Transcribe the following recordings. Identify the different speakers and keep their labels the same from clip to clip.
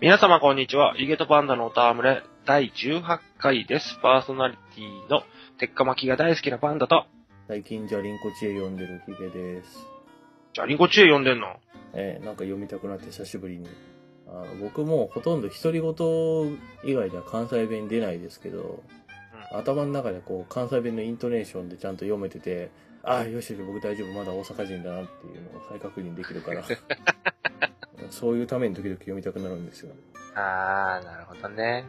Speaker 1: 皆様こんにちは。イゲトパンダのおたわむれ第18回です。パーソナリティの鉄火巻きが大好きなパンダと、
Speaker 2: 最近じゃりんこ知恵読んでるヒゲです。
Speaker 1: じゃりんこ知恵読んでんの
Speaker 2: えーなんか読みたくなって久しぶりに。あー僕もうほとんど独り言以外では関西弁出ないですけど、頭の中でこう関西弁のイントネーションでちゃんと読めてて、ああ、よしよし、僕大丈夫、まだ大阪人だなっていうのを再確認できるから。そういうために時々読みたくなるんですよ。
Speaker 1: あー、なるほどね。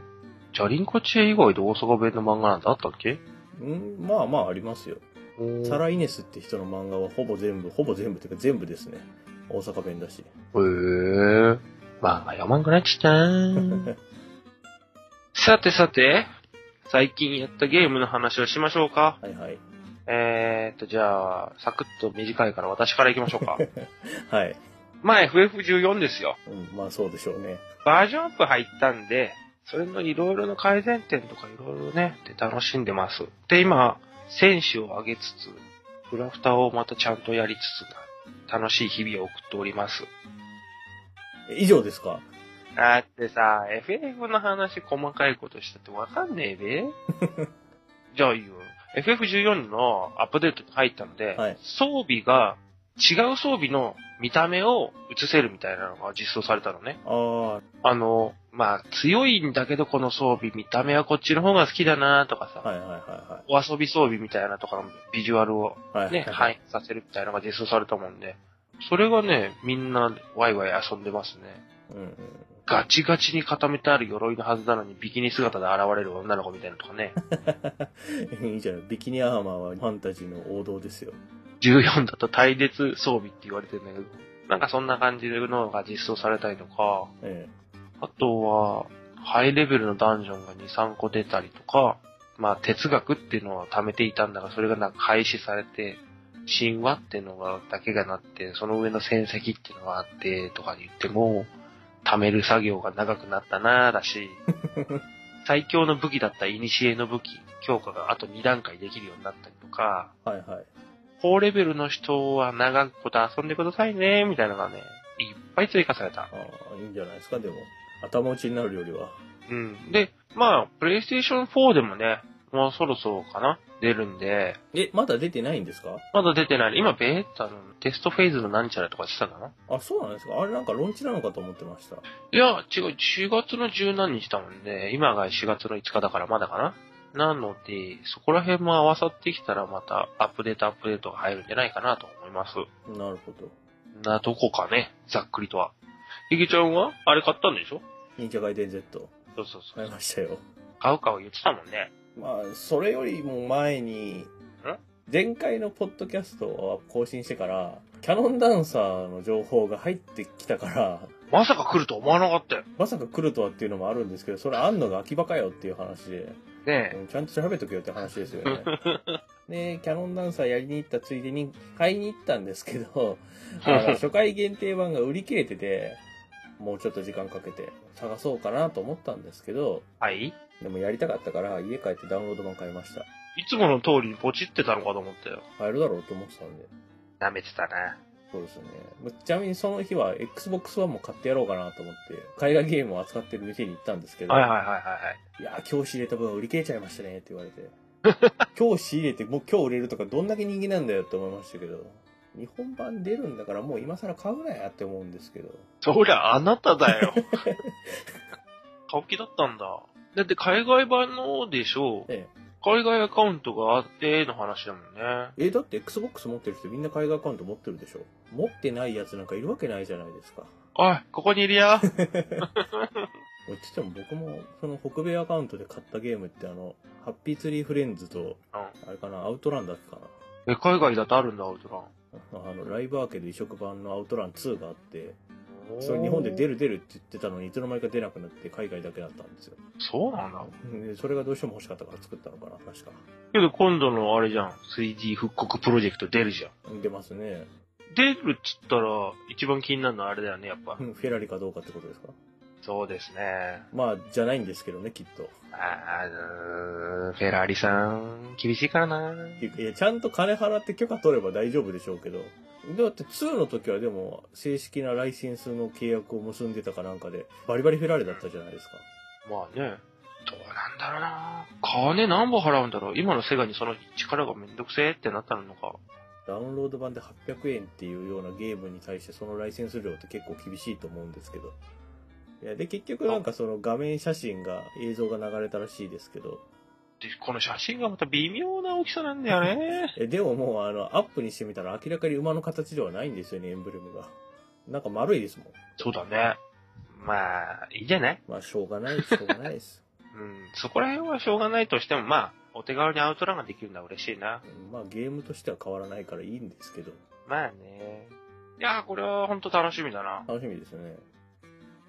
Speaker 1: じゃりんこ知恵以外で大阪弁の漫画なんてあったっけ
Speaker 2: うん、まあまあありますよ。サラ・イネスって人の漫画はほぼ全部、ほぼ全部っていうか全部ですね。大阪弁だし。
Speaker 1: へー。漫画読まんくなっちゃったな さてさて、最近やったゲームの話をしましょうか。
Speaker 2: はいはい。
Speaker 1: えーっと、じゃあ、サクッと短いから私から行きましょうか。
Speaker 2: はい。
Speaker 1: 前 FF14 ですよ。
Speaker 2: うん、まあそうでしょうね。
Speaker 1: バージョンアップ入ったんで、それのいろいろの改善点とかいろいろね、で楽しんでます。で、今、選手を上げつつ、クラフターをまたちゃんとやりつつ、楽しい日々を送っております。
Speaker 2: 以上ですか
Speaker 1: だってさ、FF の話細かいことしたってわかんねえ べ。じゃあいいよ。FF14 のアップデートに入ったので、
Speaker 2: はい
Speaker 1: 装備が違う装備の見た目を映せるみたいなのが実装されたのね。
Speaker 2: あ
Speaker 1: あの、まあ、強いんだけどこの装備、見た目はこっちの方が好きだなとかさ、
Speaker 2: あ、はいはいは
Speaker 1: お遊び装備みたいなとかのビジュアルを
Speaker 2: いはい。はい
Speaker 1: ね、反映させるみたいなのが実装されたもんで、それがね、みんなワイワイ遊んでますね。
Speaker 2: うんうん。
Speaker 1: ガチガチに固めてある鎧のはずなのにビキニ姿で現れる女の子みたいなのとかね。
Speaker 2: いいじゃない。ビキニアーマーはファンタジーの王道ですよ。
Speaker 1: 14だと隊列装備って言われてるんだけど、なんかそんな感じのが実装されたりとか、
Speaker 2: え
Speaker 1: あとは、ハイレベルのダンジョンが2、3個出たりとか、まあ哲学っていうのは貯めていたんだが、それがなんか廃止されて、神話っていうのがだけがなって、その上の戦績っていうのがあって、とか言っても、貯める作業が長くなったなぁだし、最強の武器だった古の武器、強化があと2段階できるようになったりとか、
Speaker 2: え。はいはい。
Speaker 1: 高レベルの人は長くこと遊んでくださいね、みたいなのがね、いっぱい追加された。
Speaker 2: ああ、いいんじゃないですか、でも。頭打ちになるよりは。
Speaker 1: うん。で、まあ、プレイステーション4でもね、もうそろそろかな出るんで、
Speaker 2: え、まだ出てないんですか
Speaker 1: まだ出てない。今、ベータのテストフェーズのなんちゃらとかしてたかな
Speaker 2: あ、そうなんですかあれなんかロンチなのかと思ってました。
Speaker 1: いや、違う。4月の十何日だもんね。今が4月の5日だからまだかな。なので、そこら辺も合わさってきたらまたアップデートアップデートが入るんじゃないかなと思います。
Speaker 2: なるほど。
Speaker 1: な、どこかね。ざっくりとは。ひげちゃんはあれ買ったんでしょ
Speaker 2: 忍者外伝 Z。
Speaker 1: そうそうそ。
Speaker 2: 買いうましたよ。
Speaker 1: 買うかは言ってたもんね。
Speaker 2: まあ、それよりも前に、前回のポッドキャストを更新してから、キャノンダンサーの情報が入ってきたから、
Speaker 1: まさか来ると思わなかったよ。
Speaker 2: まさか来るとはっていうのもあるんですけど、それあんのが秋葉かよっていう話で、
Speaker 1: ねえ
Speaker 2: う。んちゃんと調べとけよって話です よね。で、キャノンダンサーやりに行ったついでに買いに行ったんですけど、あの初回限定版が売り切れてて、もうちょっと時間かけて探そうかなと思ったんですけど、
Speaker 1: はい
Speaker 2: でもやりたかったから家帰ってダウンロード版買いました。
Speaker 1: いつもの通りにポチってたのかと思ったよ。
Speaker 2: 買えるだろうと思ってたんで。
Speaker 1: 舐めてたな。
Speaker 2: そうですね。まちなみにその日は Xbox One も買ってやろうかなと思って、絵画ゲームを扱ってる店に行ったんですけど、
Speaker 1: はいはいはいはいはい。
Speaker 2: いやー、今日仕入れた分売り切れちゃいましたねって言われて。今日仕入れて、もう今日売れるとかどんだけ人気なんだよって思いましたけど。日本版出るんだからもう今更買うなやって思うんですけど。
Speaker 1: そりゃあなただ よ。買う気だったんだ。だって海外版のでしょ
Speaker 2: ええ。
Speaker 1: 海外アカウントがあっての話だもんね。
Speaker 2: え、だって Xbox 持ってる人みんな海外アカウント持ってるでしょ持ってないやつなんかいるわけないじゃないですか。
Speaker 1: おい、ここにいる よ。
Speaker 2: もうちっちゃも僕もその北米アカウントで買ったゲームってあの、ハッピーツリーフレンズと、
Speaker 1: う
Speaker 2: あれかな、アウトランだっけかな。
Speaker 1: え、海外だとあるんだ、アウトラ
Speaker 2: あの、ライブアーケード移植版のアウトラン2があって、
Speaker 1: ン。
Speaker 2: それ日本で出
Speaker 1: る。
Speaker 2: る出るって言ってたのにいつの間にか出なくなって海外だけだったんですよ。
Speaker 1: そうなんだ。
Speaker 2: でそれがどうしても欲しかったから作ったのかな、確か。
Speaker 1: けど今度のあれじゃん。3D 復刻プロジェクト出るじゃん。
Speaker 2: 出ますね。
Speaker 1: 出るっつったら、一番気になるのはあれだよね、やっぱ
Speaker 2: う。んフェラリかどうかってことですか
Speaker 1: そうですね。
Speaker 2: まあ、じゃないんですけどね、きっと。
Speaker 1: あー、フェラーリさん、厳しいからな。
Speaker 2: いや、ちゃんと金払って許可取れば大丈夫でしょうけど、だって2の時はでも、正式なライセンスの契約を結んでたかなんかで、バリバリフェラーレだったじゃないですか。
Speaker 1: まあね、どうなんだろうな金何本払うんだろう今のセガにその力がめんどくせえってなったのか。
Speaker 2: ダウンロード版で800円っていうようなゲームに対してそのライセンス料って結構厳しいと思うんですけど。いや、で、結局なんかその画面写真が、映像が流れたらしいですけど。。
Speaker 1: で、この写真がまた微妙な大きさなんだよね
Speaker 2: え、でももうあの、アップにしてみたら明らかに馬の形ではないんですよね、エンブレムが。なんか丸いですもん。
Speaker 1: そうだね。まあ、いいんじゃない
Speaker 2: まあ、しょうがないです、しょうがないです。
Speaker 1: うん、そこら辺はしょうがないとしても、まあ、お手軽にアウトランができるのは嬉しいな。
Speaker 2: うんまあ、ゲームとしては変わらないからいいんですけど。
Speaker 1: まあね。いやー、これは本当楽しみだな。
Speaker 2: 楽しみですね。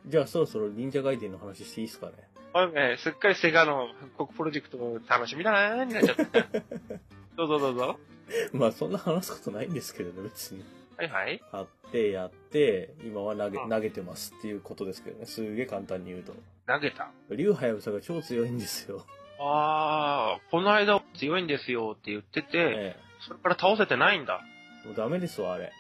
Speaker 2: じゃあそろそろ忍者ガイデンの話していいですかね。
Speaker 1: これね、すっかりセガの復刻プロジェクトも楽しみだなーになっ ちゃった。どうぞどうぞ。
Speaker 2: まあそんな話すことないんですけどね、別に。
Speaker 1: はいはい。
Speaker 2: 買ってやって、今は投げ、
Speaker 1: うん
Speaker 2: 投げてますっていうことですけどね。すげえ簡単に言うと。
Speaker 1: 投げた。
Speaker 2: 竜ハヤブサが超強いんですよ。
Speaker 1: あー、この間強いんですよって言ってて、
Speaker 2: え
Speaker 1: それから倒せてないんだ。
Speaker 2: え。もうダメですわ、あれ。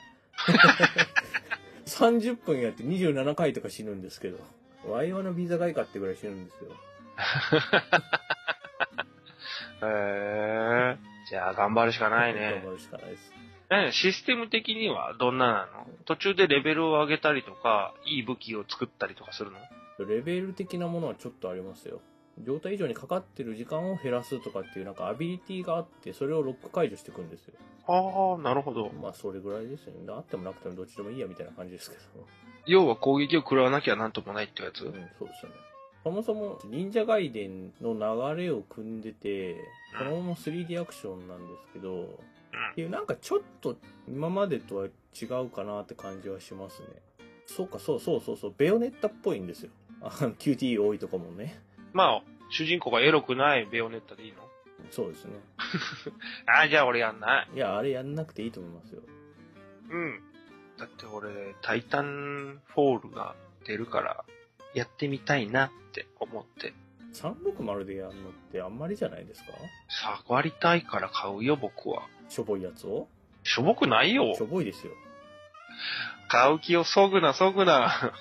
Speaker 2: 30分やって27回とか死ぬんですけど。ワイワのビザ外貨ってぐらい死ぬんですよ。
Speaker 1: へー。じゃあ頑張るしかないね
Speaker 2: 頑張。るしかないです。
Speaker 1: ねシステム的にはどんななの途中でレベルを上げたりとか、いい武器を作ったりとかするの
Speaker 2: レベル的なものはちょっとありますよ。状態以上にかかってる時間を減らすとかっていうなんかアビリティがあって、それをロック解除していくんですよ。
Speaker 1: あー、なるほど。
Speaker 2: まあそれぐらいですよね。あってもなくてもどっちでもいいやみたいな感じですけど。
Speaker 1: 要は攻撃を食らわなきゃなんともないってやつ
Speaker 2: うん、そうですよね。そもそも、忍者外伝の流れを組んでて、そのまま 3D アクションなんですけど、っていうなんかちょっと今までとは違うかなって感じはしますね。そうか、そうそうそうそう、ベヨネッタっぽいんですよ。あの、QT 多いとかもね。
Speaker 1: まあ、主人公がエロくないベヨネッタでいいの
Speaker 2: そうですね。
Speaker 1: あー、じゃあ俺やんない。
Speaker 2: いや、あれやんなくていいと思いますよ。
Speaker 1: うん。だって俺、タイタンフォールが出るから、やってみたいなって思って。
Speaker 2: 360でやるのってあんまりじゃないですか
Speaker 1: 触りたいから買うよ、僕は。
Speaker 2: しょぼいやつを
Speaker 1: しょぼくないよ
Speaker 2: し。ょぼいですよ。
Speaker 1: 買う気をそぐな、そぐ な。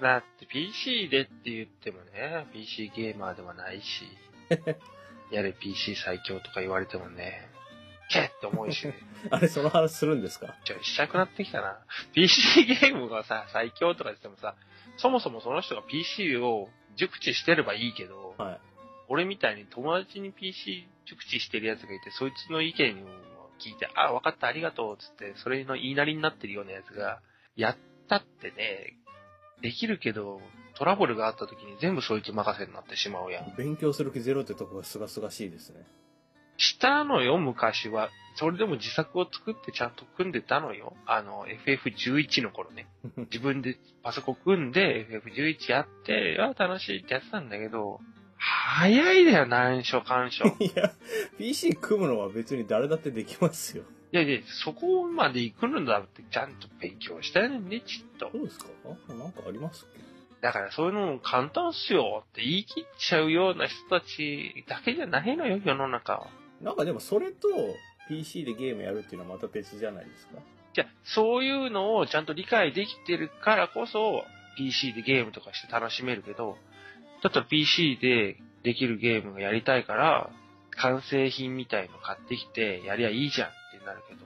Speaker 1: だって PC でって言ってもね、PC ゲーマーではないし、 やれ PC 最強とか言われてもね、けって思うしね。
Speaker 2: あれ、その話するんですか
Speaker 1: ちょ、したくなってきたな。PC ゲームがさ、最強とか言ってもさ、そもそもその人が PC を熟知してればいいけど、
Speaker 2: はい。
Speaker 1: 俺みたいに友達に PC 熟知してるやつがいて、そいつの意見を聞いて、あ、分かった、ありがとう、つって、それの言いなりになってるようなやつが、やったってね、できるけど、トラブルがあった時に全部そいつ任せになってしまうやん。
Speaker 2: 勉強する気ゼロってとこがすがすがしいですね。
Speaker 1: したのよ、昔は。それでも自作を作ってちゃんと組んでたのよ。あの、FF11 の頃ね。自分でパソコン組んで FF11 やって、あ楽しいってやってたんだけど、早いだよ、難所、干渉。い
Speaker 2: いや、PC 組むのは別に誰だってできますよ。
Speaker 1: やいや、そこまで行くのだって、ちゃんと勉強したよね、ちっと。
Speaker 2: そうですかなんかありますっけ
Speaker 1: だからそういうのも簡単っすよって言い切っちゃうような人たちだけじゃないのよ、世の中は。
Speaker 2: なんかでもそれと PC でゲームやるっていうのはまた別じゃない ですか
Speaker 1: じゃあ、そういうのをちゃんと理解できてるからこそ、PC でゲームとかして楽しめるけど、だったら PC でできるゲームがやりたいから、完成品みたいの買ってきて、やりゃいいじゃんってなるけど、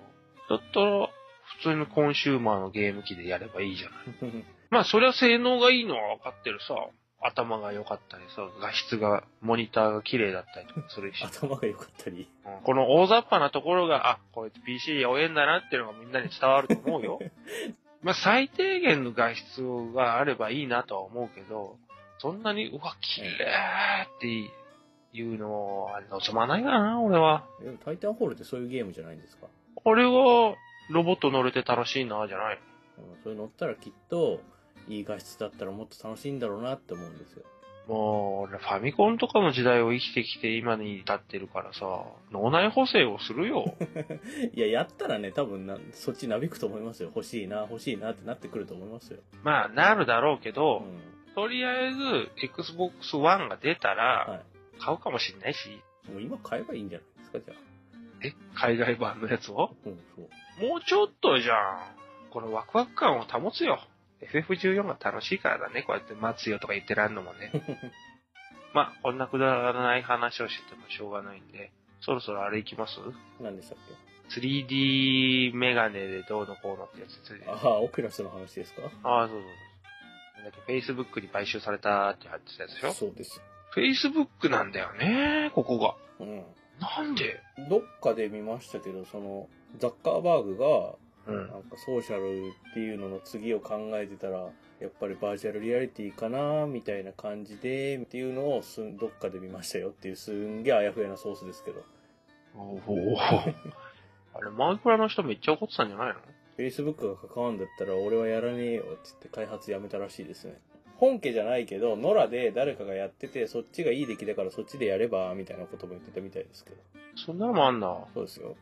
Speaker 1: だったら、普通のコンシューマーのゲーム機でやればいいじゃない。まあ、それは性能がいいのは分かってるさ。頭が良かったりさ、画質が、モニターが綺麗だったりとかするし。
Speaker 2: 頭が良かったり。
Speaker 1: うんこの大雑把なところが、あ、こいつ PC 弱えんだなっていうのがみんなに伝わると思うよ。まあ最低限の画質があればいいなとは思うけど、そんなに、うわ、綺麗っていうのは望まないかな、俺は。
Speaker 2: でもタイタンホールってそういうゲームじゃないんですか
Speaker 1: 俺は、ロボット乗れて楽しいな、じゃない
Speaker 2: うんそれ乗ったらきっといい画質だったらもっと楽しいんだろうなって思うんですよ。
Speaker 1: の。もう、俺、ファミコンとかの時代を生きてきて今に至ってるからさ、脳内補正をするよ。
Speaker 2: いや、やったらね、多分な、そっちなびくと思いますよ。欲しいな、欲しいなってなってくると思いますよ。
Speaker 1: まあ、なるだろうけ
Speaker 2: う
Speaker 1: ど、
Speaker 2: ん。
Speaker 1: とりあえず、Xbox One が出たら、
Speaker 2: は
Speaker 1: 買うかもしんないし、
Speaker 2: い。もう今買えばいいんじゃないですか、じゃ
Speaker 1: え、海外版のやつを
Speaker 2: あ。うん、そう。
Speaker 1: もうちょっとじゃん。このワクワク感を保つよ。FF14 が楽しいからだね。こうやって待つよとか言ってらんのも ね。まあ、こんなくだらない話をしててもしょうがないんで、そろそろあれ行きます
Speaker 2: 何でしたっけ
Speaker 1: ?3D メガネでどうのこうのってやつですね
Speaker 2: ああ、オクラスの話ですか
Speaker 1: ああ、そうそうそう。なんだっけ、Facebook に買収されたって入ってたやつでしょ
Speaker 2: そうです。
Speaker 1: ?Facebook なんだよね、ここが。
Speaker 2: うん。
Speaker 1: なんで
Speaker 2: どっかで見ましたけど、その、ザッカーバーグが、
Speaker 1: うん。
Speaker 2: なんかソーシャルっていうのの次を考えてたら、やっぱりバーチャルリアリティかなみたいな感じで、っていうのをすんどっかで見ましたよっていう、すんげえあやふやなソースですけど。
Speaker 1: おほおほ あれ、マイクラの人めっちゃ怒ってたんじゃないの
Speaker 2: Facebook が関わんだったら俺はやらねえよって言って開発やめたらしいですね。本家じゃないけど、野良で誰かがやってて、そっちがいい出来だからそっちでやれば、みたいなことも言ってたみたいですけど。
Speaker 1: そんなのもあんな。
Speaker 2: そうですよ。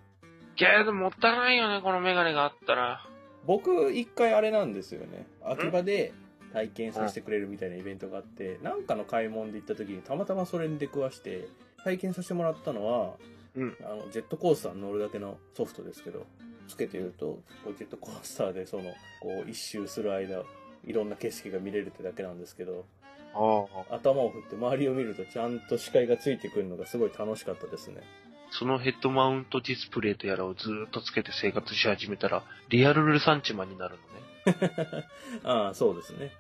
Speaker 1: けど、もったいないよね、このメガネがあったら。
Speaker 2: 僕一回あれなんですよね秋葉で体験させてくれるみたいなイベントがあってなんかの買い物で行った時にたまたまそれに出くわして体験させてもらったのは
Speaker 1: うん。
Speaker 2: あのジェットコースターに乗るだけのソフトですけどつけてるとこうジェットコースターでそのこう一周する間いろんな景色が見れるってだけなんですけど
Speaker 1: ああ。
Speaker 2: 頭を振って周りを見るとちゃんと視界がついてくるのがすごい楽しかったですね
Speaker 1: そのヘッドマウントディスプレイとやらをずーっとつけて生活し始めたら、リアルルサンチマンになるのね。
Speaker 2: ああそうですね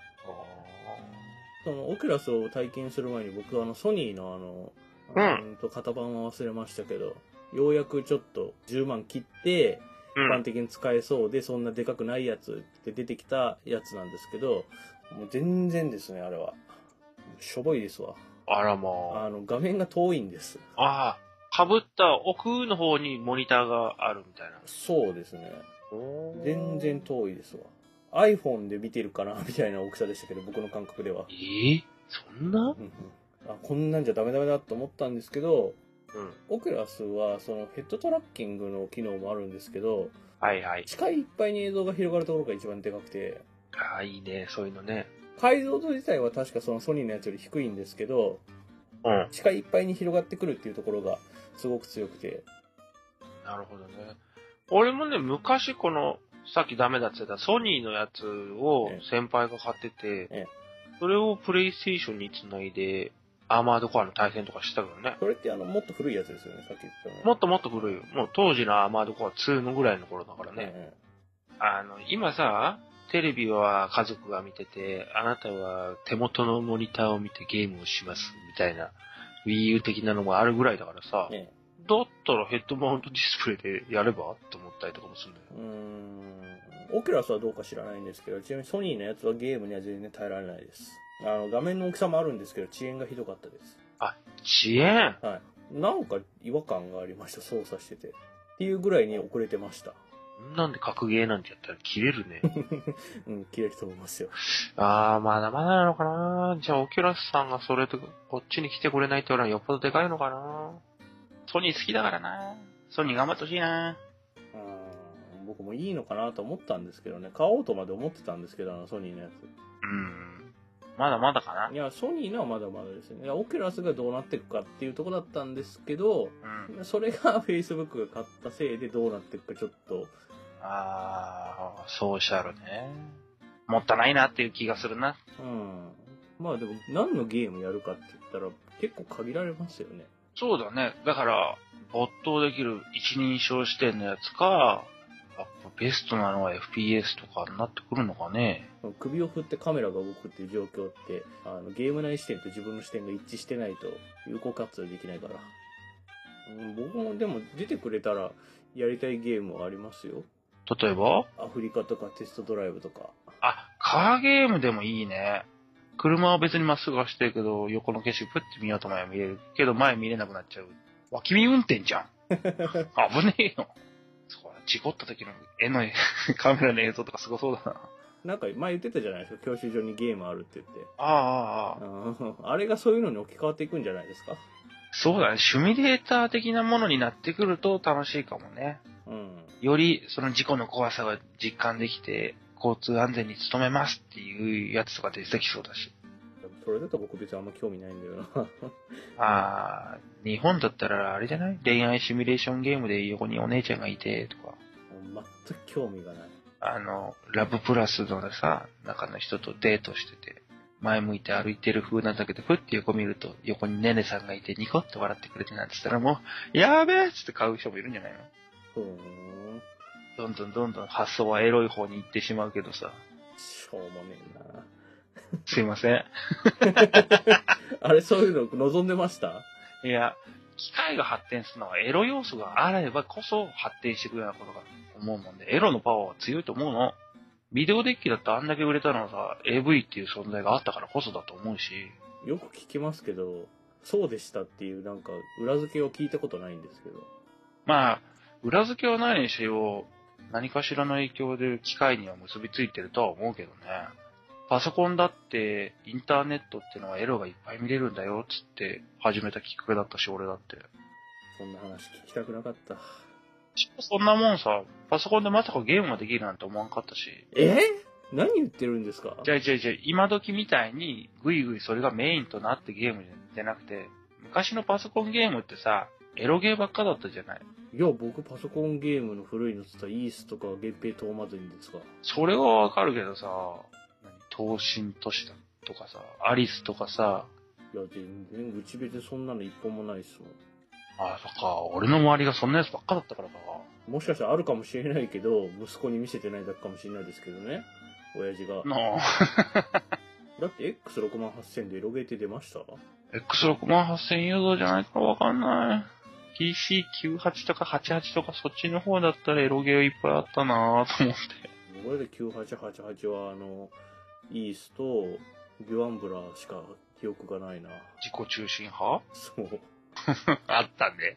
Speaker 1: あ
Speaker 2: そのオキュラスを体験する前に僕はあのソニーのあの、
Speaker 1: うん
Speaker 2: んと型番は忘れましたけど、ようやくちょっと10万切って、一
Speaker 1: あ。う
Speaker 2: 般
Speaker 1: ん。
Speaker 2: 的に使えそうで、そんなでかくないやつって出てきたやつなんですけど、もう全然ですね、あれは。しょぼいですわ。
Speaker 1: あらまあ。
Speaker 2: あの、画面が遠いんです。
Speaker 1: ああ。被った奥の方にモニターがあるみたいな。
Speaker 2: そうですね。全然。遠いですわ。iPhone で見てるかなみたいな大きさでしたけど、僕の感覚では
Speaker 1: え。ー、そんな
Speaker 2: うんうんあこんなんじゃダメダメだと思ったんですけど、
Speaker 1: うん。
Speaker 2: オクラスはそのヘッドトラッキングの機能もあるんですけど
Speaker 1: はいはい。
Speaker 2: 視界いっぱいに映像が広がるところが一番でかくて
Speaker 1: ああ、いいね。そういうのね。
Speaker 2: 解像度自体は確かそのソニーのやつより低いんですけど
Speaker 1: うん。
Speaker 2: 視界いっぱいに広がってくるっていうところがすごく強くて
Speaker 1: なるほどね。俺もね、昔この、さっきダメだって言ってたソニーのやつを
Speaker 2: ええ
Speaker 1: 先輩が買ってて、
Speaker 2: ええ
Speaker 1: それをプレイステーションにつないで、アーマードコアの対戦とかしてたけどね。
Speaker 2: それってあのもっと古いやつですよねさっき言ってたの
Speaker 1: もっともっと古いよ。もう当時のアーマードコア2のぐらいの頃だからね。
Speaker 2: ね、
Speaker 1: あの、今さ、テレビは家族が見てて、あなたは手元のモニターを見てゲームをします、みたいな、Wii U 的なのがあるぐらいだからさ、
Speaker 2: ええ
Speaker 1: だったらヘッドマウントディスプレイでやればって思ったりとかもするんだよ。
Speaker 2: うーんオキュラスはどうか知らないんですけどちなみにソニーのやつはゲームには全然耐えられないですあの画面の大きさもあるんですけど遅延がひどかったです
Speaker 1: 遅延
Speaker 2: はい。なんか違和感がありました、操作してて。っていうぐらいに遅れてました。
Speaker 1: なんで格ゲーなんてやったら切れるね。
Speaker 2: うん、切れると思いますよ。
Speaker 1: あー、まだまだなのかなじゃあ、オキュラスさんがそれと、こっちに来てくれないって言われはよっぽどでかいのかなソニー好きだからなソニー頑張ってほしいな
Speaker 2: うーん、僕もいいのかなと思ったんですけどね、買おうとまで思ってたんですけど、あのソニーのやつ。
Speaker 1: うん。まだまだかない
Speaker 2: や、ソニーのはまだまだですね。いやオキュラスがどうなっていくかっていうとこだったんですけど、
Speaker 1: うん。
Speaker 2: それが Facebook が買ったせいでどうなっていくかちょっと、
Speaker 1: あー、ソーシャルね。もったいないなっていう気がするな。
Speaker 2: うん。まあでも、何のゲームやるかって言ったら、結構限られますよね。
Speaker 1: そうだね。だから、没頭できる一人称視点のやつか、やっぱベストなのは FPS とかになってくるのかね。
Speaker 2: 首を振ってカメラが動くっていう状況ってあのゲーム内視点と自分の視点が一致してないと有効活用できないから、うん、僕もでも出てくれたらやりたいゲームはありますよ
Speaker 1: 例えば
Speaker 2: アフリカとかテストドライブとか
Speaker 1: あ、カーゲームでもいいね。車は別にまっすぐ走ってるけど、横の景色プッて見ようと前は見れるけど、前見れなくなっちゃう。脇見運転じゃ ん。危ねえよ。そうだ、事故った時の絵 のカメラの映像とかすごそうだな。
Speaker 2: なんか前言ってたじゃないですか教習所にゲームあるって言って
Speaker 1: ああ、ああ、
Speaker 2: うんあれがそういうのに置き換わっていくんじゃないですか
Speaker 1: そうだね。シミュレーター的なものになってくると楽しいかもね。
Speaker 2: うん
Speaker 1: よりその事故の怖さが実感できて、交通安全に努めますっていうやつとか出てきそうだし。
Speaker 2: それだと僕別にあんま興味ないんだよな
Speaker 1: あー、日本だったらあれじゃない恋愛シミュレーションゲームで横にお姉ちゃんがいて、とか。
Speaker 2: 全く興味がない。
Speaker 1: あの、ラブプラスのさ、中の人とデートしてて、前向いて歩いてる風なんだけど、ふって横見ると、横にねねさんがいてニコって笑ってくれてなんて言ったらもう、やべえっつって買う人もいるんじゃないの
Speaker 2: ふーん。
Speaker 1: どんどんどんどん発想はエロい方に行ってしまうけどさ。
Speaker 2: しょうもねえな。
Speaker 1: すいません。
Speaker 2: あれ、そういうの望んでました
Speaker 1: いや、機械が発展するのはエロ要素があればこそ発展していくようなことが思うもんで、エロのパワーは強いと思うの。ビデオデッキだってあんだけ売れたのはさ、AV っていう存在があったからこそだと思うし、
Speaker 2: よく聞きますけど、そうでしたっていうなんか裏付けを聞いたことないんですけど。
Speaker 1: まあ、裏付けはないにしよう、何かしらの影響で機械には結びついてるとは思うけどね。パソコンだって、インターネットってのはエロがいっぱい見れるんだよ、つって始めたきっかけだったし、俺だって。
Speaker 2: そんな話聞きたくなかった。
Speaker 1: そんなもんさ、パソコンでまさかゲームができるなんて思わんかったし。
Speaker 2: え何言ってるんですか
Speaker 1: じゃあじゃあじゃあ、今時みたいに、ぐいぐいそれがメインとなってゲームじゃなくて、昔のパソコンゲームってさ、エロゲーばっかだったじゃない。
Speaker 2: いや、僕パソコンゲームの古いのっつったらイースとか月平トーマズンですか
Speaker 1: それはわかるけどさ、何、東進都市だとかさ、アリスとかさ、
Speaker 2: いや、全然、口紅そんなの一本もないっすも
Speaker 1: あ、そっか、俺の周りがそんなやつばっかだったからか。
Speaker 2: ん。もしかしたらあるかもしれないけど、息子に見せてないだけかもしれないですけどね。親父が。
Speaker 1: なあ、
Speaker 2: だって X68000 でエロゲーって出ました
Speaker 1: X68000 誘導じゃないからわかんない。PC98 とか88とかそっちの方だったらエロゲーいっぱいあったなぁと思って。
Speaker 2: 俺で9888はあの、イースとビュアンブラしか記憶がないな。
Speaker 1: 自己中心派
Speaker 2: そう。
Speaker 1: あった ね。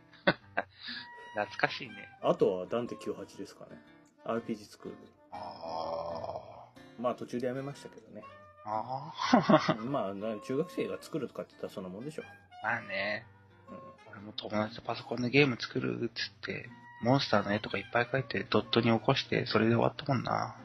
Speaker 1: 懐かしいね。
Speaker 2: あとはダンテ98ですかね。RPG 作る。
Speaker 1: あ
Speaker 2: まあ途中でやめましたけどね。
Speaker 1: あ。ああ。
Speaker 2: まあな中学生が作るとかって言ったらそんなもんでしょ。
Speaker 1: まあね。
Speaker 2: うん
Speaker 1: 俺も友達とパソコンでゲーム作るっつって、モンスターの絵とかいっぱい描いてドットに起こして、それで終わったもんな。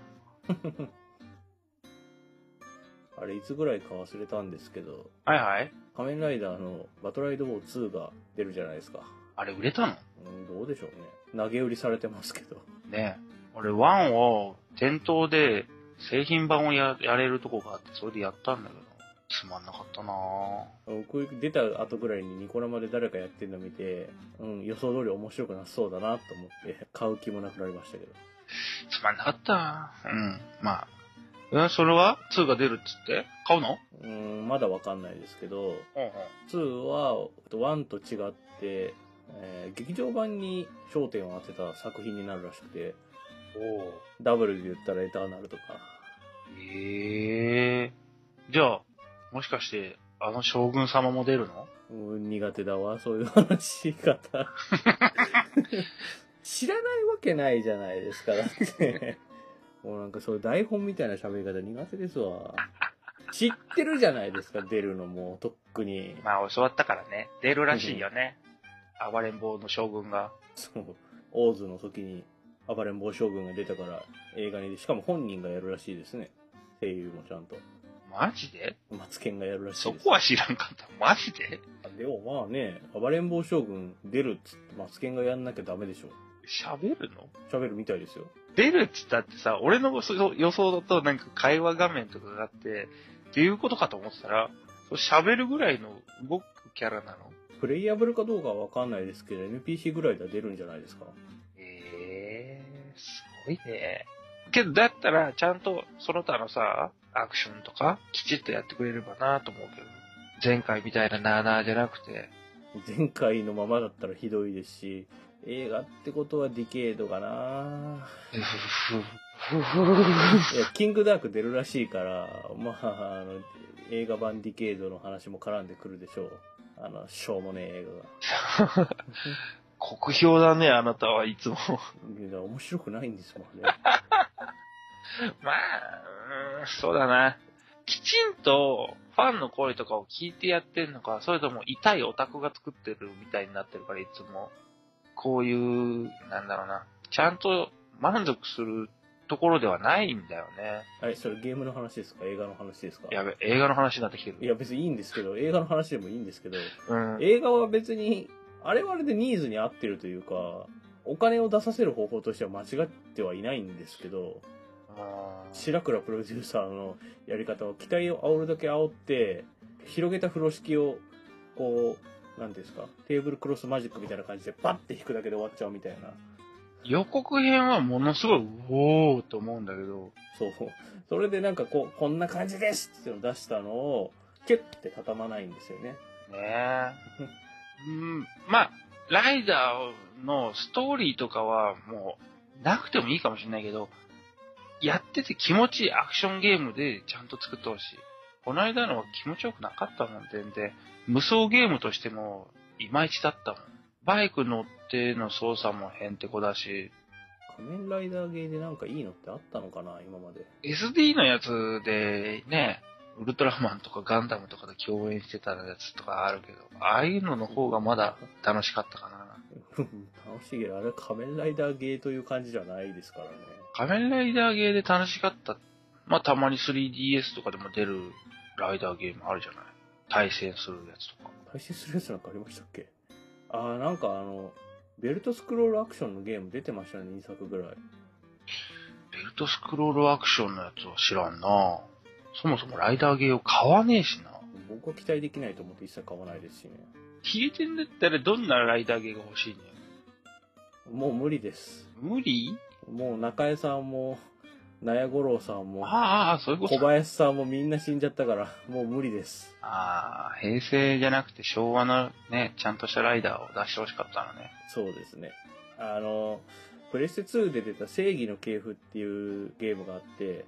Speaker 2: あれいつぐらいか忘れたんですけど、
Speaker 1: はいはい。
Speaker 2: 仮面ライダーのバトライドウォー2が出るじゃないですか。
Speaker 1: あれ売れたの
Speaker 2: うん、どうでしょうね。投げ売りされてますけど。
Speaker 1: ね俺1を店頭で製品版をややれるとこがあって、それでやったんだけど、つまんなかったなぁ。
Speaker 2: 僕出た後ぐらいにニコ生で誰かやってるの見て、うん、予想通り面白くなさそうだなと思って、買う気もなくなりましたけど。
Speaker 1: つまんなかったなぁうん。まあ。え、それは ?2 が出るっつって買うの
Speaker 2: うん、まだわかんないですけ
Speaker 1: う
Speaker 2: ど、
Speaker 1: んうん。
Speaker 2: 2は1と違って、えー劇場版に焦点を当てた作品になるらしくて、
Speaker 1: おお。
Speaker 2: ダブルで言ったらエターナルとか。
Speaker 1: ええじゃあ、もしかして、あの将軍様も出るの
Speaker 2: うん、苦手だわ、そういう話 し方。知らないわけないじゃないですか、だって。もうなんかそういう台本みたいな喋り方苦手ですわ。知ってるじゃないですか、出るのもう、とっくに。
Speaker 1: まあ、教わったからね。出るらしいよね。暴れん坊の将軍が。
Speaker 2: そう、オーズの時に暴れん坊将軍が出たから映画に、しかも本人がやるらしいですね。声優もちゃんと。
Speaker 1: マジで
Speaker 2: マツケンがやるらしい
Speaker 1: そ
Speaker 2: です。
Speaker 1: こは知らんかった。マジで
Speaker 2: でもまあね、暴れん坊将軍出るっつってマツケンがやんなきゃダメでしょ。
Speaker 1: 喋るの
Speaker 2: 喋るみたいですよ。
Speaker 1: 出るっつったってさ、俺のそ予想だとなんか会話画面とかがあって、っていうことかと思ってたら、そう喋るぐらいの動くキャラなの
Speaker 2: プレイヤブルかどうかはわかんないですけど、NPC ぐらいでは出るんじゃないですか。
Speaker 1: ええすごいね。けど、だったら、ちゃんと、その他のさ、アクションとか、きちっとやってくれればなと思うけど、前回みたいななーなーじゃなくて、
Speaker 2: 前回のままだったらひどいですし、映画ってことはディケードかな
Speaker 1: ふふふふふ
Speaker 2: いや、キングダーク出るらしいから、まあ、あの、映画版ディケードの話も絡んでくるでしょう。あの、しょうもねえ映
Speaker 1: 酷評だね、あなたはいつも。
Speaker 2: 画が。いや面白くないんですもんね。
Speaker 1: まあ、うーん、そうだな。きちんと、ファンの声とかを聞いてやってんのか、それとも痛いオタクが作ってるみたいになってるから、いつも。こういう、なんだろうな。ちゃんと満足するところではないんだよね。
Speaker 2: あれ、それゲームの話ですか映画の話ですか
Speaker 1: やべ、映画の話になってきて
Speaker 2: い
Speaker 1: る。
Speaker 2: や、別にいいんですけど、映画の話でもいいんですけど、
Speaker 1: うん。
Speaker 2: 映画は別に、あれはあれでニーズに合ってるというか、お金を出させる方法としては間違ってはいないんですけど、
Speaker 3: あー
Speaker 2: 白倉プロデューサーのやり方は期待を煽るだけ煽って、広げた風呂敷を、こう、なんていうんですか、テーブルクロスマジックみたいな感じでパッて引くだけで終わっちゃうみたいな。
Speaker 1: 予告編はものすごい、おーと思うんだけど、
Speaker 2: そう。それでなんかこう、こんな感じですっていうのを出したのを、キュッて畳まないんですよね。
Speaker 1: ねえ。うん、まあ、ライダーのストーリーとかはもう、なくてもいいかもしれないけど、やってて気持ちいいアクションゲームでちゃんと作ってほしい。この間のは気持ちよくなかったもん、全然。無双ゲームとしても、いまいちだったもん。バイク乗っての操作もへんてこだし、
Speaker 2: 仮面ライダーゲーでなんかいいのってあったのかな、今まで。
Speaker 1: SD のやつでね、ウルトラマンとかガンダムとかで共演してたやつとかあるけど、ああいうのの方がまだ楽しかったかな。
Speaker 2: 楽しいけど、あれは仮面ライダーゲーという感じじゃないですからね。
Speaker 1: 仮面ライダーゲーで楽しかった。まあ、たまに 3DS とかでも出るライダーゲームあるじゃない。対戦するやつとか。
Speaker 2: 対戦するやつなんかありましたっけあー、なんかあの、ベルトスクロールアクションのゲーム出てましたね、2作ぐらい。
Speaker 1: ベルトスクロールアクションのやつは知らんなそもそもライダーゲーを買わねえしな。
Speaker 2: 僕は期待できないと思って一切買わないですしね。
Speaker 1: 消えてんだったらどんなライダーゲーが欲しいんだよ。
Speaker 2: もう無理です。
Speaker 1: 無理
Speaker 2: もう中江さんも、納屋五郎さんも、
Speaker 1: ああ、そういうこと
Speaker 2: 小林さんもみんな死んじゃったから、もう無理です。
Speaker 1: ああ、平成じゃなくて昭和のね、ちゃんとしたライダーを出してほしかったのね。
Speaker 2: そうですね。あの、プレステ2で出た正義の系譜っていうゲームがあって、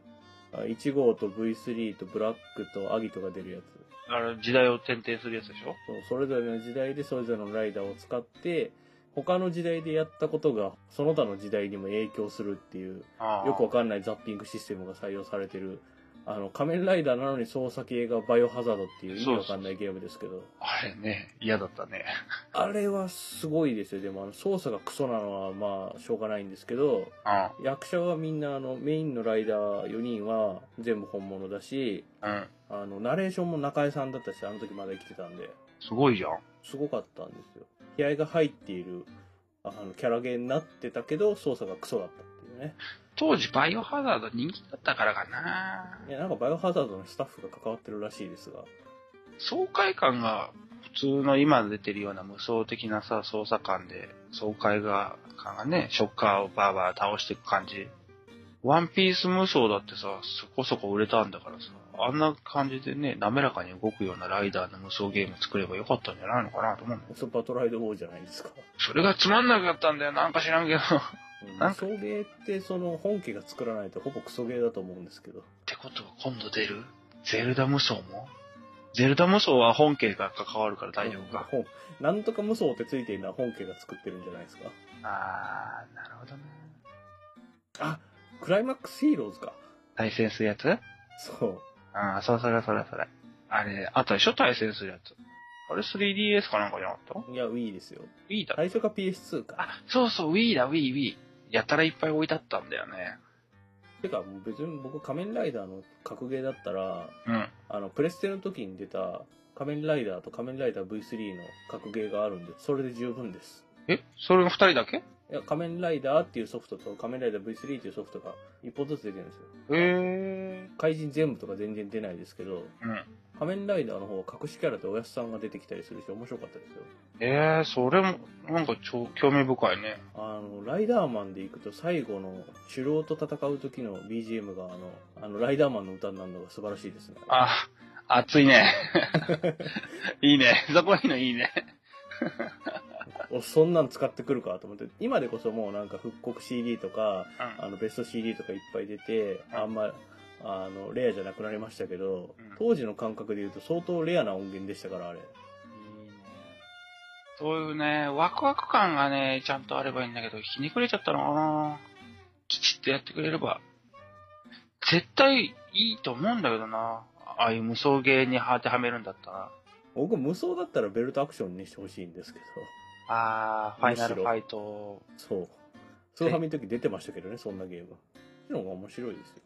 Speaker 2: あ1号と V3 とブラックとアギトが出るやつ。
Speaker 1: あれ、時代を転々するやつでしょ
Speaker 2: そうそれぞれの時代でそれぞれのライダーを使って、他の時代でやったことが、その他の時代にも影響するっていう、
Speaker 1: ああ
Speaker 2: よくわかんないザッピングシステムが採用されてる、あの、仮面ライダーなのに操作系がバイオハザードっていう意味わかんないゲームですけど、
Speaker 1: あれね、嫌だったね。
Speaker 2: あれはすごいですよ。でも、あの、操作がクソなのは、まあ、しょうがないんですけど、
Speaker 1: うん。
Speaker 2: 役者はみんなあのメインのライダー4人は全部本物だし
Speaker 1: うん。
Speaker 2: あのナレーションも中江さんだったしあの時まだ生きてたんです
Speaker 1: ごいじゃん。
Speaker 2: すごかったんですよ気合が入っているあのキャラゲーになってたけど操作がクソだったっていうね
Speaker 1: 当時バイオハザード人気だったからかない
Speaker 2: やなんかバイオハザードのスタッフが関わってるらしいですが
Speaker 1: 爽快感が普通の今出てるような無双的なさ、操作感で、爽快が感がね、ショッカーをバーバー倒していく感じ。ワンピース無双だってさ、そこそこ売れたんだからさ、あんな感じでね、滑らかに動くようなライダーの無双ゲーム作ればよかったんじゃないのかなと思うんだよ。
Speaker 2: スーパートライド王じゃないですか
Speaker 1: それがつまんなかったんだよ、なんか知らんけど。 っ
Speaker 2: うん
Speaker 1: なん
Speaker 2: 無
Speaker 1: か
Speaker 2: 双ゲーってその本家が作らないとほぼクソゲーだと思うんですけど
Speaker 1: てことは今度出るゼルダ無双もゼルダ無双は本家が関わるから大丈夫か。
Speaker 2: 本なんとか無双ってついてるのは本家が作ってるんじゃないですか
Speaker 1: あー、なるほどね。
Speaker 2: あクライマックスヒーローズか
Speaker 1: 対戦するやつ
Speaker 2: そう
Speaker 1: ああ、それそれそれそれ。あれ、あったでしょ対戦するやつ。あれ 3DS かなんかじゃなかった
Speaker 2: いや、Wii ですよ。
Speaker 1: ?Wii だ。
Speaker 2: 最初が PS2 か。
Speaker 1: あ、そうそう、Wii だ、Wii、Wii。やたらいっぱい置いてあったんだよね。
Speaker 2: てか、もう別に僕仮面ライダーの格ゲーだったら、
Speaker 1: うん。
Speaker 2: あの、プレステの時に出た仮面ライダーと仮面ライダー V3 の格ゲーがあるんで、それで十分です。
Speaker 1: えそれが2人だけへ
Speaker 2: いや、仮面ライダーっていうソフトと仮面ライダー V3 っていうソフトが一本ずつ出てるんですよ。
Speaker 1: え。
Speaker 2: 怪人全部とか全然出ないですけど、
Speaker 1: うん。
Speaker 2: 仮面ライダーの方は隠しキャラでおやすさんが出てきたりするし、面白かったですよ。
Speaker 1: えー、それも、なんか超興味深いね。
Speaker 2: あの、ライダーマンで行くと最後の狩猟と戦う時の BGM があの、あの、ライダーマンの歌になるのが素晴らしいですね。
Speaker 1: あ、熱い ね。いいね。そこいいのいいね。
Speaker 2: おそんなん使ってくるかと思って今でこそもうなんか復刻 CD とか
Speaker 1: うん。
Speaker 2: あのベスト CD とかいっぱい出て
Speaker 1: うん
Speaker 2: あんまあのレアじゃなくなりましたけど、
Speaker 1: うん
Speaker 2: 当時の感覚で言うと相当レアな音源でしたからあれ
Speaker 1: いいね。そういうね、ワクワク感がね、ちゃんとあればいいんだけど、ひねくれちゃったのかなきちっとやってくれれば。絶対いいと思うんだけどな。ああいう無双ゲーに当てはめるんだったら。
Speaker 2: 僕無双だったらベルトアクションにしてほしいんですけど
Speaker 1: あー、ファイナル
Speaker 2: む
Speaker 1: フ
Speaker 2: しろ
Speaker 1: ァイト。
Speaker 2: そうスーファミの時出てましたけどねそんなゲームこっちの方が面白いですよ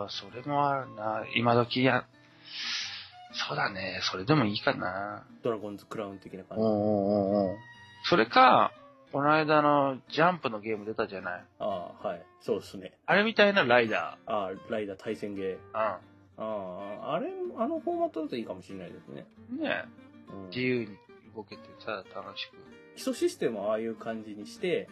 Speaker 1: ああ、それもあるな。今時や、そうだね。それでもいいかな。
Speaker 2: ドラゴンズクラウン的な感
Speaker 1: おう
Speaker 2: じ
Speaker 1: おうおうおうそれか、この間のジャンプのゲーム出たじゃない。
Speaker 2: ああ、はい。そうですね。
Speaker 1: あれみたいなライダ
Speaker 2: ああ、ライダー対戦ゲー。
Speaker 1: ー。
Speaker 2: ああ、あれ、あのフォーマットだといいかもしれないですね。
Speaker 1: うん。ねえ
Speaker 2: うん、
Speaker 1: 自由に動けてさ、楽しく。
Speaker 2: 基礎システムをああいう感じにして、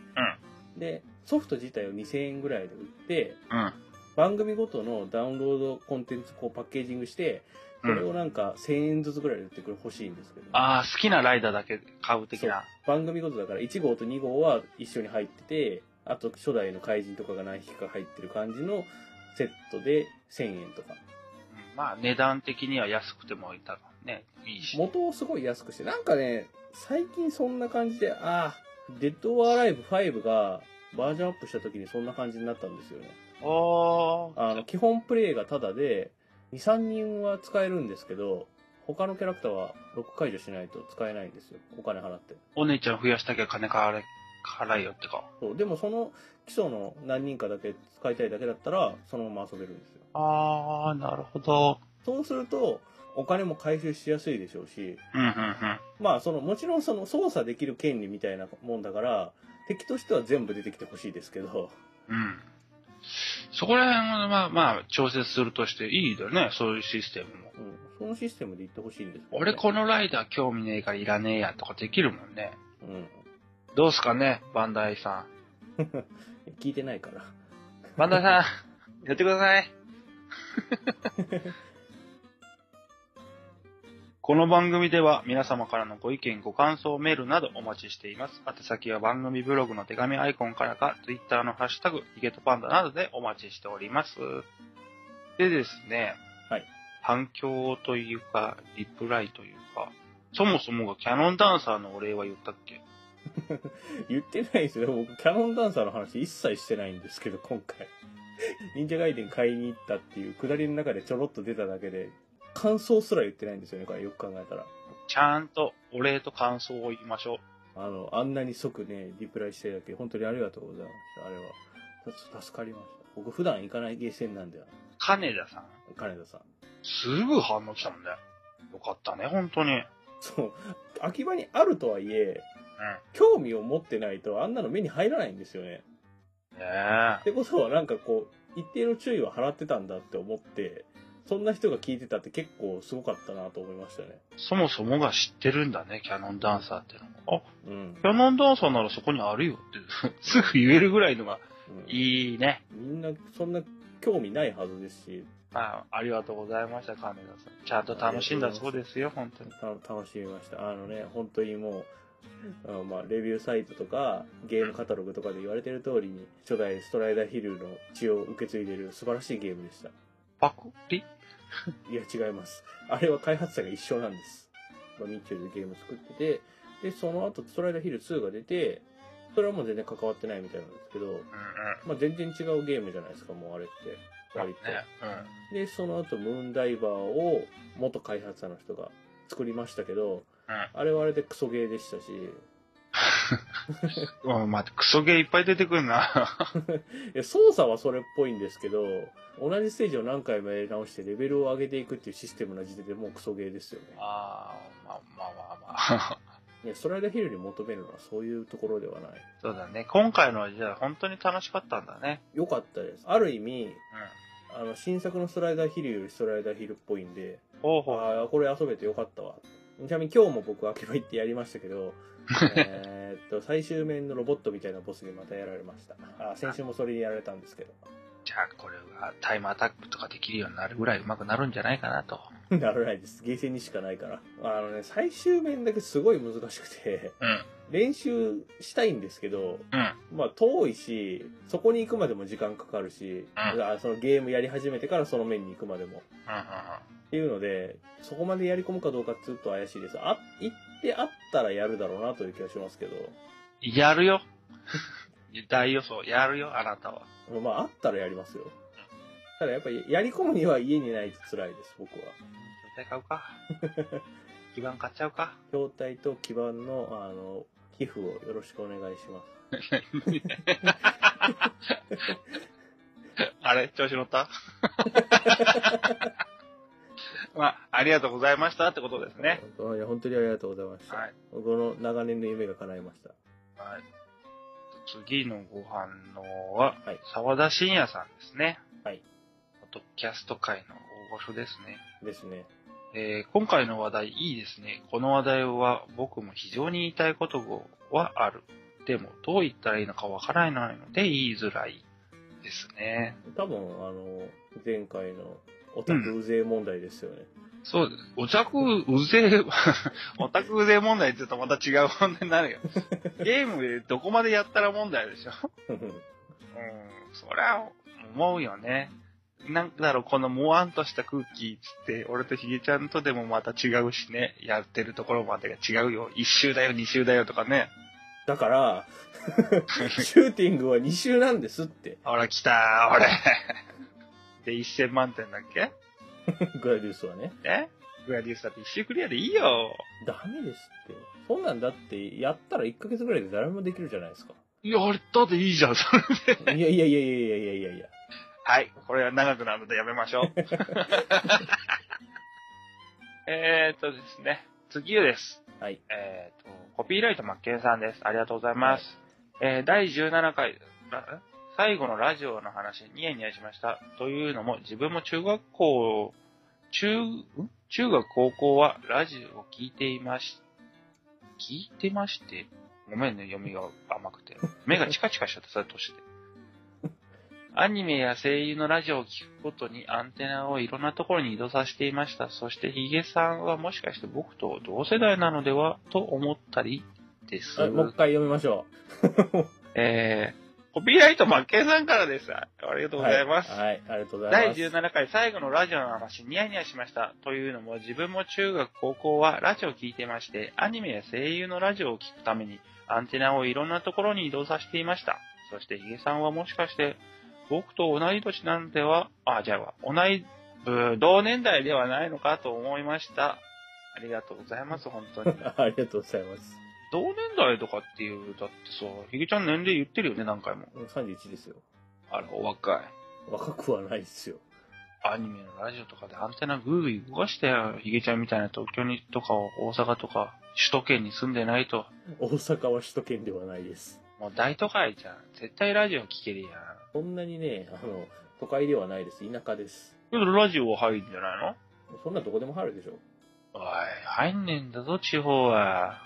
Speaker 2: で、ソフト自体を2000円ぐらいで売って、
Speaker 1: う
Speaker 2: 番組ごとのダウンロードコンテンツこうパッケージングして、こ
Speaker 1: ん。
Speaker 2: れ
Speaker 1: うん。
Speaker 2: をなんか1000円ずつぐらいで売ってくれ欲しいんですけど、
Speaker 1: ああ、好きなライダーだけ買う的な。
Speaker 2: 番組ごとだから1号と2号は一緒に入ってて、あと初代の怪人とかが何匹か入ってる感じのセットで1000円とか。
Speaker 1: うんまあ、値段的には安くてもいたらね、いいし。
Speaker 2: 元をすごい安くして、なんかね、最近そんな感じで、ああ、デッド・オア・ライブ5がバージョンアップした時にそんな感じになったんですよね。
Speaker 1: おー。
Speaker 2: あの、基本プレイがタダで、2、3人は使えるんですけど、他のキャラクターはロック解除しないと使えないんですよ。お金払って。
Speaker 1: お姉ちゃん増やしたきゃ金払え、払えよってか。
Speaker 2: そう。でもその基礎の何人かだけ使いたいだけだったら、そのまま遊べるんですよ。
Speaker 1: ああ、なるほど。
Speaker 2: そうすると、お金も回収しやすいでしょうし、
Speaker 1: うん、うん、うん。
Speaker 2: まあ、その、もちろんその操作できる権利みたいなもんだから、敵としては全部出てきてほしいですけど、
Speaker 1: うん。そこら辺は、まあ、まあ、調節するとしていいだね、そういうシステムも。
Speaker 2: うん、そのシステムで行ってほしいんですけどね、
Speaker 1: 俺このライダー興味ねえからいらねえやとかできるもんね。
Speaker 2: うん。
Speaker 1: どうすかね、バンダイさん。
Speaker 2: 聞いてないから。
Speaker 1: バンダイさ ん、やってください。この番組では皆様からのご意見、ご感想、メールなどお待ちしています。宛先は番組ブログの手紙アイコンからか、Twitter のハッシュタグ、ヒゲとパンダなどでお待ちしております。でですね、
Speaker 2: はい
Speaker 1: 反響というか、リプライというか、そもそもがキャノンダンサーのお礼は言ったっけ
Speaker 2: 言ってないですよ。僕、キャノンダンサーの話一切してないんですけど、今回。忍者ガイデン買いに行ったっていうくだりの中でちょろっと出ただけで、感想すら言ってないんですよね、これよく考えたら。
Speaker 1: ちゃんとお礼と感想を言いましょう。
Speaker 2: あの、あんなに即ね、リプライしてるだけ、本当にありがとうございました、あれは。ちょっと助かりました。僕、普段行かないゲーセンなんで、
Speaker 1: 金田さん。
Speaker 2: 金田さん。
Speaker 1: すぐ反応来たもんね。よかったね、本当に。うん。
Speaker 2: そう、秋葉にあるとはいえ、興味を持ってないとあんなの目に入らないんですよね。
Speaker 1: ねえ
Speaker 2: っ。てことはなんかこう、一定の注意は払ってたんだって思って、そんな人が聞いてたって結構すごかったなと思いましたね。
Speaker 1: そもそもが知ってるんだね、キャノンダンサーってのが。あ、
Speaker 2: うん。
Speaker 1: キャノンダンサーならそこにあるよって、 すぐ言えるぐらいのが
Speaker 2: うん
Speaker 1: いいね。
Speaker 2: みんなそんな興味ないはずですし、
Speaker 1: あありがとうございました、金田さん。ちゃんと楽しんだそうですよ、本当に。
Speaker 2: た楽しみました。あのね、本当にもう、あのまあ、レビューサイトとか、ゲームカタログとかで言われてる通りに、初代ストライダーヒルの血を受け継いでる素晴らしいゲームでした。
Speaker 1: パクリ
Speaker 2: いや、違います。あれは開発者が一緒なんです。まあ、ミッチェルでゲーム作ってて、で、その後、ストライダーヒル2が出て、それはもう全然関わってないみたいなんですけど、
Speaker 1: うんうん。
Speaker 2: まあ、全然違うゲームじゃないですか、もうあれって。
Speaker 1: あ
Speaker 2: 割
Speaker 1: ね
Speaker 2: と。、
Speaker 1: うん。
Speaker 2: で、その後、ムーンダイバーを元開発者の人が作りましたけど、
Speaker 1: う
Speaker 2: あれはあれでクソゲーでしたし、
Speaker 1: うん、待って、クソゲーいっぱい出てくる な。
Speaker 2: いや操作はそれっぽいんですけど、同じステージを何回もやり直してレベルを上げていくっていうシステムな時点でもうクソゲーですよね。
Speaker 1: あー、まあまあまあまあ。
Speaker 2: いや、ストライダーヒルに求めるのはそういうところではない。
Speaker 1: そうだね。今回のはじゃあ本当に楽しかったんだね。
Speaker 2: 良かったです。ある意味、
Speaker 1: うん。
Speaker 2: あの、新作のストライダーヒルよりストライダーヒルっぽいんで、
Speaker 1: ほうほう。
Speaker 2: ああ、これ遊べてよかったわ。ちなみに今日も僕、秋葉行ってやりましたけど、えーっと、最終面のロボットみたいなボスにまたやられました。あー先週もそれにやられたんですけ
Speaker 1: じゃあこれがタイムアタックとかできるようになるぐらいうまくなるんじゃないかなと。
Speaker 2: ど。ならないです。ゲーセンにしかないから。あのね、最終面だけすごい難しくて、
Speaker 1: うん。
Speaker 2: 練習したいんですけど、
Speaker 1: うん。
Speaker 2: まあ遠いし、そこに行くまでも時間かかるし、
Speaker 1: うん
Speaker 2: あそのゲームやり始めてからその面に行くまでも。っていうので、そこまでやり込むかどうかちょっと怪しいです。あ、行ってあったらやるだろうなという気がしますけど、
Speaker 1: やるよ。 大予想、やるよ、あなたは。
Speaker 2: まああったらやりますよ。ただやっぱりやり込むには家にないと辛いです、僕は。
Speaker 1: 筐体買うか基盤買っちゃうか
Speaker 2: 筐体と基盤の、あの、寄付をよろしくお願いします。
Speaker 1: あれ調子乗った まあ、ありがとうございましたってことですね。
Speaker 2: あ。いや本当にありがとうございました。
Speaker 1: はい。
Speaker 2: この長年の夢が叶いました。
Speaker 1: はい。次のご反応は
Speaker 2: はい、
Speaker 1: 沢田信也さんですね。
Speaker 2: はい。
Speaker 1: ポッドキャスト界の大御所ですね。
Speaker 2: ですね。
Speaker 1: えー今回の話題いいですね。この話題は僕も非常に言いたいことはある。でも、どう言ったらいいのかわからないので言いづらいですね。
Speaker 2: 多分、あの、前回のオタクうぜえ問題ですよね。
Speaker 1: そうです。オタクうぜえ、 オタクうぜえ問題って言うとまた違う問題にな るよ。ゲームでどこまでやったら問題でしょ。うん、そりゃ、思うよね。なんだろう、このもわんとした空気つって、俺とひげちゃんとでもまた違うしね、やってるところまでが違うよ。一周だよ、二周だよとかね。
Speaker 2: だから、 シューティングは2周なんですって、
Speaker 1: ほら、来 たー、俺。で、1000万点だっけ
Speaker 2: グラディウスはね。
Speaker 1: えグラディウスだって一周クリアでいいよ。
Speaker 2: ダメですって。そんなんだって、やったら1ヶ月ぐらいで誰もできるじゃな いですか。
Speaker 1: やったでいいじゃ ん、それ。
Speaker 2: いやいやいやいやいやいやいやいや。
Speaker 1: はい、これは長くなるのでやめましょ う。えーっとですね、次です。
Speaker 2: はい。
Speaker 1: えーっと、コピーライトマッケンさんです。ありがとうございます。えー第17回、ら最後のラジオの話、ニヤニヤしました。というのも、自分も中学校、中、ん中学高校はラジオを聞いていまし、聞いてまして、ごめんね、読みが甘く て。目がチカチカしちゃった、それとして。アニメや声優のラジオを聞くことにアンテナをいろんなところに移動させていました。そしてヒゲさんはもしかして僕と同世代なのではと思ったりです。
Speaker 2: はいもう一回読みましょ
Speaker 1: えー、コピーライトマッケンさんからです。ありがと
Speaker 2: う。
Speaker 1: うございます。
Speaker 2: はい。はいありがとうござい
Speaker 1: 第
Speaker 2: ます。
Speaker 1: 17回最後のラジオの話、ニヤニヤしました。というのも、自分も中学、高校はラジオを聞いてまして、アニメや声優のラジオを聞くために、アンテナをいろんなところに移動させていました。そして、ヒゲさんはもしかして、僕と同い年なんでは、あ、じゃあ、同い、ぶ同年代ではないのかと思いました。ありがとうございます、本 当に。
Speaker 2: ありがとうございます。
Speaker 1: 同年代とかっていう、だってさ、ヒゲちゃん年齢言ってるよね、何回も。
Speaker 2: 31ですよ。
Speaker 1: あら、お若い。
Speaker 2: 若くはないですよ。
Speaker 1: アニメのラジオとかでアンテナぐーぐー動かしてよ。ヒゲちゃんみたいな東京にとか大阪とか首都圏に住んでないと。
Speaker 2: 大阪は首都圏ではないです。
Speaker 1: もう大都会じゃん。絶対ラジオ聞けるやん。
Speaker 2: そんなにね、あの、都会ではないです。田舎です。
Speaker 1: けどラジオは入るんじゃない
Speaker 2: そんなどこでも入るでしょ。
Speaker 1: のおい、入んねえんだぞ、地方は。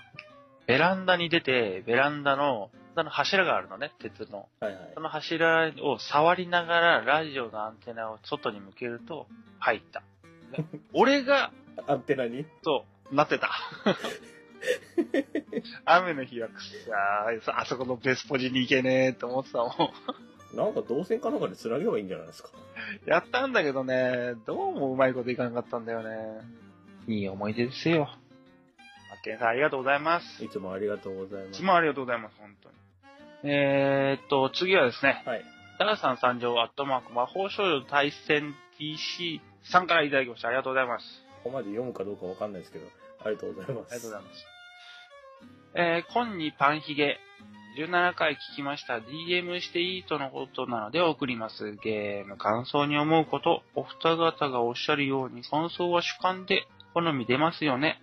Speaker 1: ベランダに出て、ベランダの、あの柱があるのね、鉄の。
Speaker 2: はいはい
Speaker 1: そ。の柱を触りながらラジオのアンテナを外に向けると、入 った。ね俺が
Speaker 2: アンテナに
Speaker 1: そう、なってた。 雨の日はくっさー、あそこのベスポジに行けねえと思ってたもん。
Speaker 2: なんか動線かなんかでつなげばいいんじゃないですか。
Speaker 1: やったんだけどね、どうもうまいこといかなかったんだよね。いい思い出ですよ。マッケンさんありがとうございます。
Speaker 2: い
Speaker 1: い
Speaker 2: つもありがとうございます。
Speaker 1: つもありがとうございます、本当に。えーっと、次はですね、
Speaker 2: はい。
Speaker 1: ダラさん参上、アットマーク、魔法少女対戦 TC さんからいただきました。ありがとうございます。
Speaker 2: ここまで読むかどうかわかんないですけど、ありがとうございます。
Speaker 1: ありがとうございます。えー、今にパンヒゲ。17回聞きました。DM していいとのことなので送ります。ゲーム感想に思うこと。お二方がおっしゃるように感想は主観で好み出ますよね。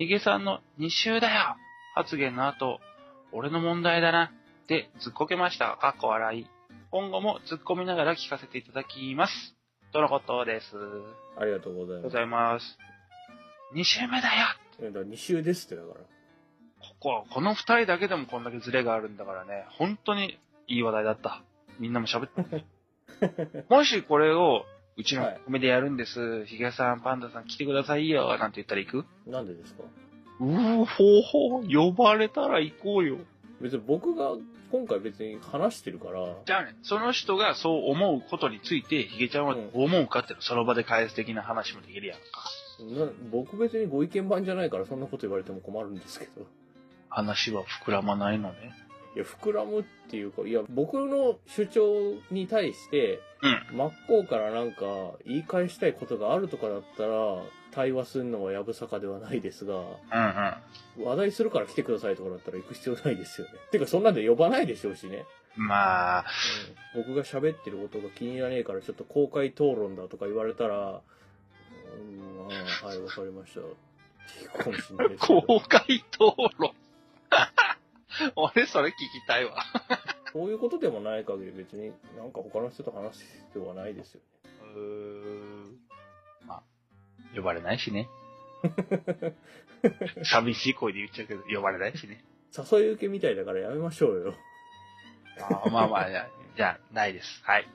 Speaker 1: ヒゲさんの2周だよ発言の後、俺の問題だな。で、突っこけました。かっこ笑い。今後も突っ込みながら聞かせていただきます。とのことです。あ
Speaker 2: ありがとうござい
Speaker 1: りがとう
Speaker 2: ま
Speaker 1: ご
Speaker 2: す。
Speaker 1: ざいます。2周目だよ
Speaker 2: だから2週ですってだから。
Speaker 1: ここは、この二人だけでもこんだけズレがあるんだからね、本当にいい話題だった。みんなも喋 って。もしこれを、うちの
Speaker 2: はい
Speaker 1: コメでやるんです、ヒゲさん、パンダさん来てくださいよ、なんて言ったら行く
Speaker 2: なんでですか
Speaker 1: うーほうほう、呼ばれたら行こうよ。
Speaker 2: 別に僕が今回別に話してるから、
Speaker 1: じゃあね、その人がそう思うことについて、ヒゲちゃんはどう思うかっていうのその場で返す的な話もできるやんか。
Speaker 2: な僕別にご意見番じゃないからそんなこと言われても困るんですけど。
Speaker 1: 話は膨らまないのね。
Speaker 2: いや、膨らむっていうか、いや、僕の主張に対して、
Speaker 1: う
Speaker 2: 真っ向からなんか言い返したいことがあるとかだったら、対話するのはやぶさかではないですが、
Speaker 1: うんうん。
Speaker 2: 話題するから来てくださいとかだったら行く必要ないですよね。てか、そんなんで呼ばないでしょうしね。
Speaker 1: まあ、
Speaker 2: うん僕が喋ってることが気に入らねえから、ちょっと公開討論だとか言われたら、うん、あはい、わかりました。っていうかもしれないですけど
Speaker 1: 公開討論。 俺、それ聞きたいわ。
Speaker 2: こういうことでもない限り別になんか他の人と話す必要はないですよ
Speaker 1: うーん。まあ、呼ばれないしね。
Speaker 2: ね。
Speaker 1: 寂しい声で言っちゃうけど、呼ばれないしね。
Speaker 2: 誘い受けみたいだからやめましょうよ。
Speaker 1: あーまあまあ、じゃあ、じゃあないです。はい。